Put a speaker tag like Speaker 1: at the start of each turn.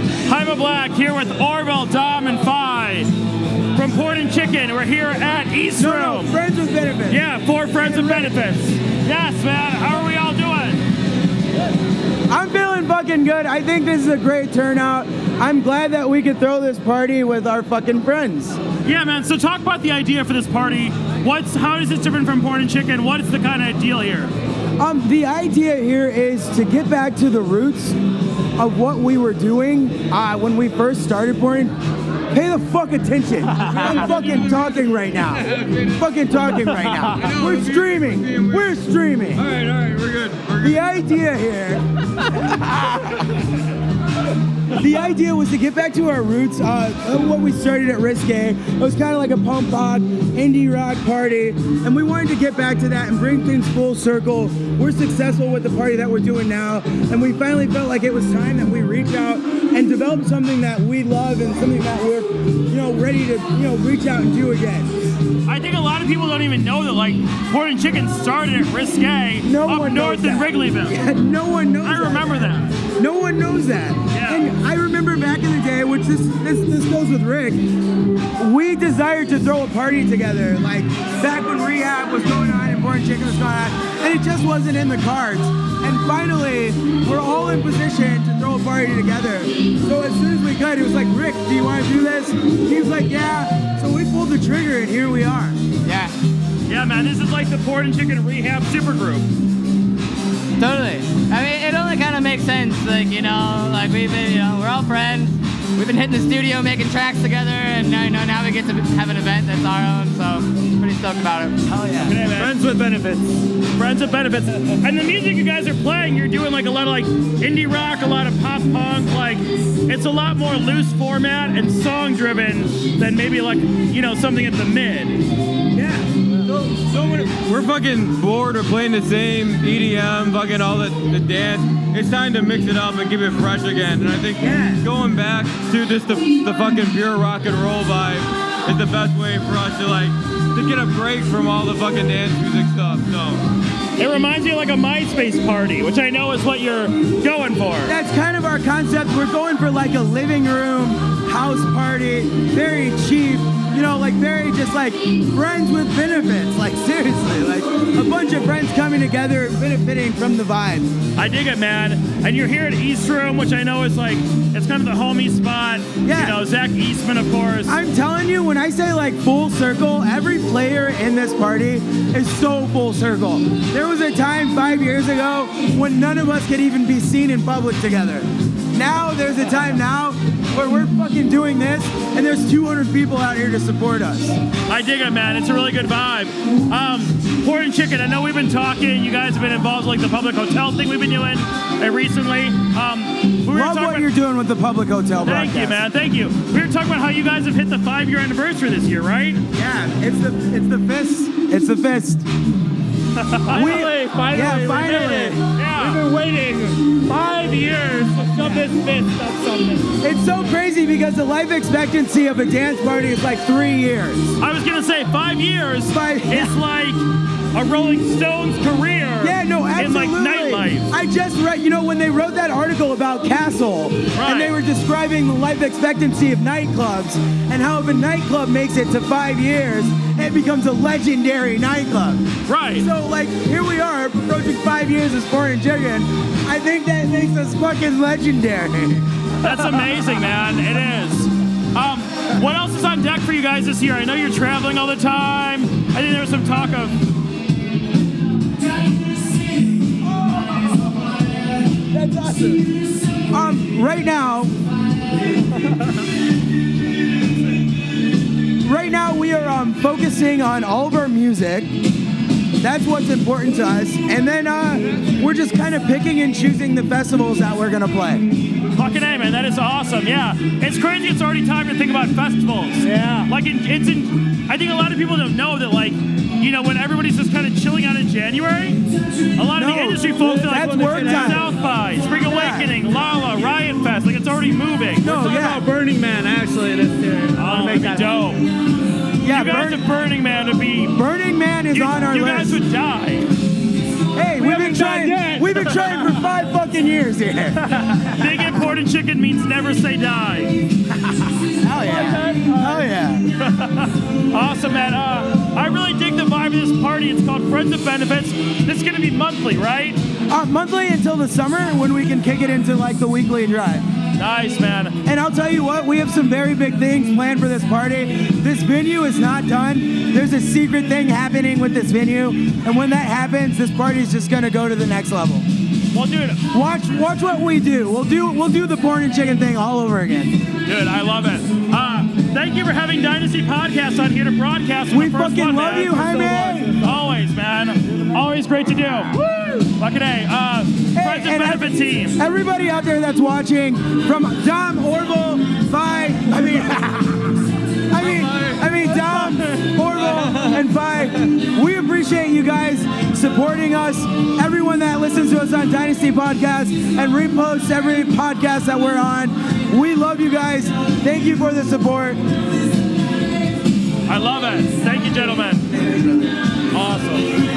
Speaker 1: Emma Black here with Orville, Dom, and Fi from Port and Chicken. We're here at East
Speaker 2: No,
Speaker 1: Room.
Speaker 2: no, friends with benefits.
Speaker 1: Yeah, for friends and benefits. Yes, man. How are we all doing?
Speaker 2: I'm feeling fucking good. I think this is a great turnout. I'm glad that we could throw this party with our fucking friends.
Speaker 1: Yeah, man. So talk about the idea for this party. What's how is this different from Port and Chicken? What is the kind of deal here?
Speaker 2: Um, the idea here is to get back to the roots of what we were doing uh, when we first started pouring. Pay the fuck attention. I'm fucking talking right now. fucking talking right now. We're streaming. We're streaming.
Speaker 3: All right, all right, we're good. We're good.
Speaker 2: The idea here. the idea was to get back to our roots. Uh, of what we started at Risque. It was kind of like a pump rock, indie rock party, and we wanted to get back to that and bring things full circle. We're successful with the party that we're doing now, and we finally felt like it was time that we reach out and develop something that we love and something that we're, you know, ready to, you know, reach out and do again.
Speaker 1: I think a lot of people don't even know that like Port and Chicken started at Risque
Speaker 2: No
Speaker 1: up
Speaker 2: one
Speaker 1: north
Speaker 2: knows
Speaker 1: in
Speaker 2: that.
Speaker 1: Wrigleyville.
Speaker 2: no one knows.
Speaker 1: I
Speaker 2: that.
Speaker 1: remember that.
Speaker 2: No one knows that.
Speaker 1: Yeah.
Speaker 2: And I remember back in the day, which this, this this goes with Rick, we desired to throw a party together. Like back when rehab was going on and Born Chicken was going on, and it just wasn't in the cards. And finally, we're all in position to throw a party together. So as soon as we could, it was like, Rick, do you want to do this? He was like, yeah. So we pulled the trigger, and here we are.
Speaker 4: Yeah,
Speaker 1: Yeah, man. This is like the Port and Chicken Rehab Supergroup.
Speaker 4: totally. I mean, it only kind of makes sense, like you know, like we've been, you know, we're all friends. We've been hitting the studio, making tracks together, and now, you know, now we get to have an event that's our own. So pretty stoked about it.
Speaker 2: Oh yeah.
Speaker 1: Hey, man. Friends with benefits. Friends with benefits. And the music you guys are playing, you're doing like a lot of like indie rock, a lot of pop punk. Like it's a lot more loose format and song driven than maybe like you know something at the mid.
Speaker 2: Yeah. So, so many-
Speaker 3: We're fucking bored. We're playing the same EDM, fucking all the, the dance. It's time to mix it up and keep it fresh again. And I think
Speaker 2: Yeah.
Speaker 3: going back to just the, the fucking pure rock and roll vibe is the best way for us to like to get a break from all the fucking dance music stuff. So
Speaker 1: It reminds me of like a MySpace party, which I know is what you're going for.
Speaker 2: That's kind of our concept. We're going for like a living room house party, very cheap, you know, like very just like friends with benefits. Like seriously, like a bunch of friends coming together and benefiting from the vibe.
Speaker 1: I dig it, man. And you're here at East Room, which I know is like it's kind of the homie spot.
Speaker 2: Yeah.
Speaker 1: You know, Zach Eastman, of course.
Speaker 2: I'm telling you, when I say like full circle, every player in this party is so full circle. There was a time five years ago when none of us could even be seen in public together. Now there's a time now where we're fucking doing this and there's 200 people out here to support us.
Speaker 1: I dig it, man. It's a really good vibe. Um, Port and Chicken, I know we've been talking. You guys have been involved with like the public hotel thing we've been doing uh, recently. Um, we were talking
Speaker 2: Love what
Speaker 1: about-
Speaker 2: you're doing with the public hotel
Speaker 1: Thank
Speaker 2: broadcast.
Speaker 1: you, man. Thank you. We were talking about how you guys have hit the five year anniversary this year, right?
Speaker 2: Yeah, it's the it's the fist. It's the fist.
Speaker 5: Finally, finally,
Speaker 2: yeah,
Speaker 5: we did
Speaker 2: finally.
Speaker 5: it.
Speaker 1: Yeah.
Speaker 5: We've been waiting five years to shove this fist up something.
Speaker 2: It's so crazy because the life expectancy of a dance party is like three years.
Speaker 1: I was gonna say five years
Speaker 2: Five-
Speaker 1: is like a Rolling Stones career.
Speaker 2: Yeah, no, absolutely.
Speaker 1: In like nightlife.
Speaker 2: I just read, you know, when they wrote that article about Castle,
Speaker 1: Right.
Speaker 2: and they were describing the life expectancy of nightclubs and how if a nightclub makes it to five years, it becomes a legendary nightclub.
Speaker 1: Right.
Speaker 2: So like here we are approaching five years as foreign chicken. I think that makes us fucking legendary.
Speaker 1: That's amazing, man. It is. Um, what else is on deck for you guys this year? I know you're traveling all the time. I think there was some talk of
Speaker 2: That's awesome. Um, right now. right now we are um, focusing on all of our music. That's what's important to us. And then uh, we're just kind of picking and choosing the festivals that we're gonna play.
Speaker 1: Fucking A, man, that is awesome. Yeah, it's crazy. It's already time to think about festivals.
Speaker 5: Yeah.
Speaker 1: like in, it's in. I think a lot of people don't know that, like, you know, when everybody's just kind of chilling out in January, a lot of the
Speaker 2: No,
Speaker 1: industry folks are like,
Speaker 2: that's
Speaker 1: well,
Speaker 2: work
Speaker 1: this is
Speaker 2: time.
Speaker 1: South by, Spring Awakening, Lala, Riot Fest. Like, it's already moving.
Speaker 2: No,
Speaker 5: Talk
Speaker 2: yeah,
Speaker 5: about Burning Man actually this year.
Speaker 1: Oh,
Speaker 5: I'll
Speaker 1: that'd
Speaker 5: make
Speaker 1: be
Speaker 5: that
Speaker 1: dope. You
Speaker 2: yeah.
Speaker 1: guys
Speaker 2: Burn-
Speaker 1: at Burning Man would be.
Speaker 2: Burning Man is
Speaker 1: You,
Speaker 2: on our
Speaker 1: you
Speaker 2: list.
Speaker 1: guys would die.
Speaker 2: Hey, we have been
Speaker 5: haven't done
Speaker 2: trying.
Speaker 5: yet.
Speaker 2: We've been trying for five fucking years here.
Speaker 1: Big important chicken means never say die.
Speaker 2: Hell yeah. Hell yeah.
Speaker 1: Awesome, man. Uh, I really dig the vibe of this party. It's called Friends of Benefits. This is going to be monthly, right?
Speaker 2: Uh, monthly until the summer when we can kick it into like the weekly drive.
Speaker 1: Nice, man.
Speaker 2: And I'll tell you what, we have some very big things planned for this party. This venue is not done. There's a secret thing happening with this venue, and when that happens, this party is just gonna go to the next level.
Speaker 1: Well, dude,
Speaker 2: Watch, watch what we do. We'll do, we'll do the porn and chicken thing all over again.
Speaker 1: dude, I love it. Uh, thank you for having Dynasty Podcast on here to broadcast.
Speaker 2: We
Speaker 1: the first
Speaker 2: fucking
Speaker 1: one,
Speaker 2: love
Speaker 1: man.
Speaker 2: you, Jaime.
Speaker 1: Always, man. Always great to do. Woo! Fucking A. Uh, Friends of
Speaker 2: and I-
Speaker 1: Benefit team.
Speaker 2: Everybody out there that's watching, from Dom Orville, Phi, I mean, I mean, I mean Dom Orville and Phi. We appreciate you guys supporting us. Everyone that listens to us on Dynasty Podcast and reposts every podcast that we're on. We love you guys. Thank you for the support.
Speaker 1: I love it. Thank you, gentlemen. Awesome.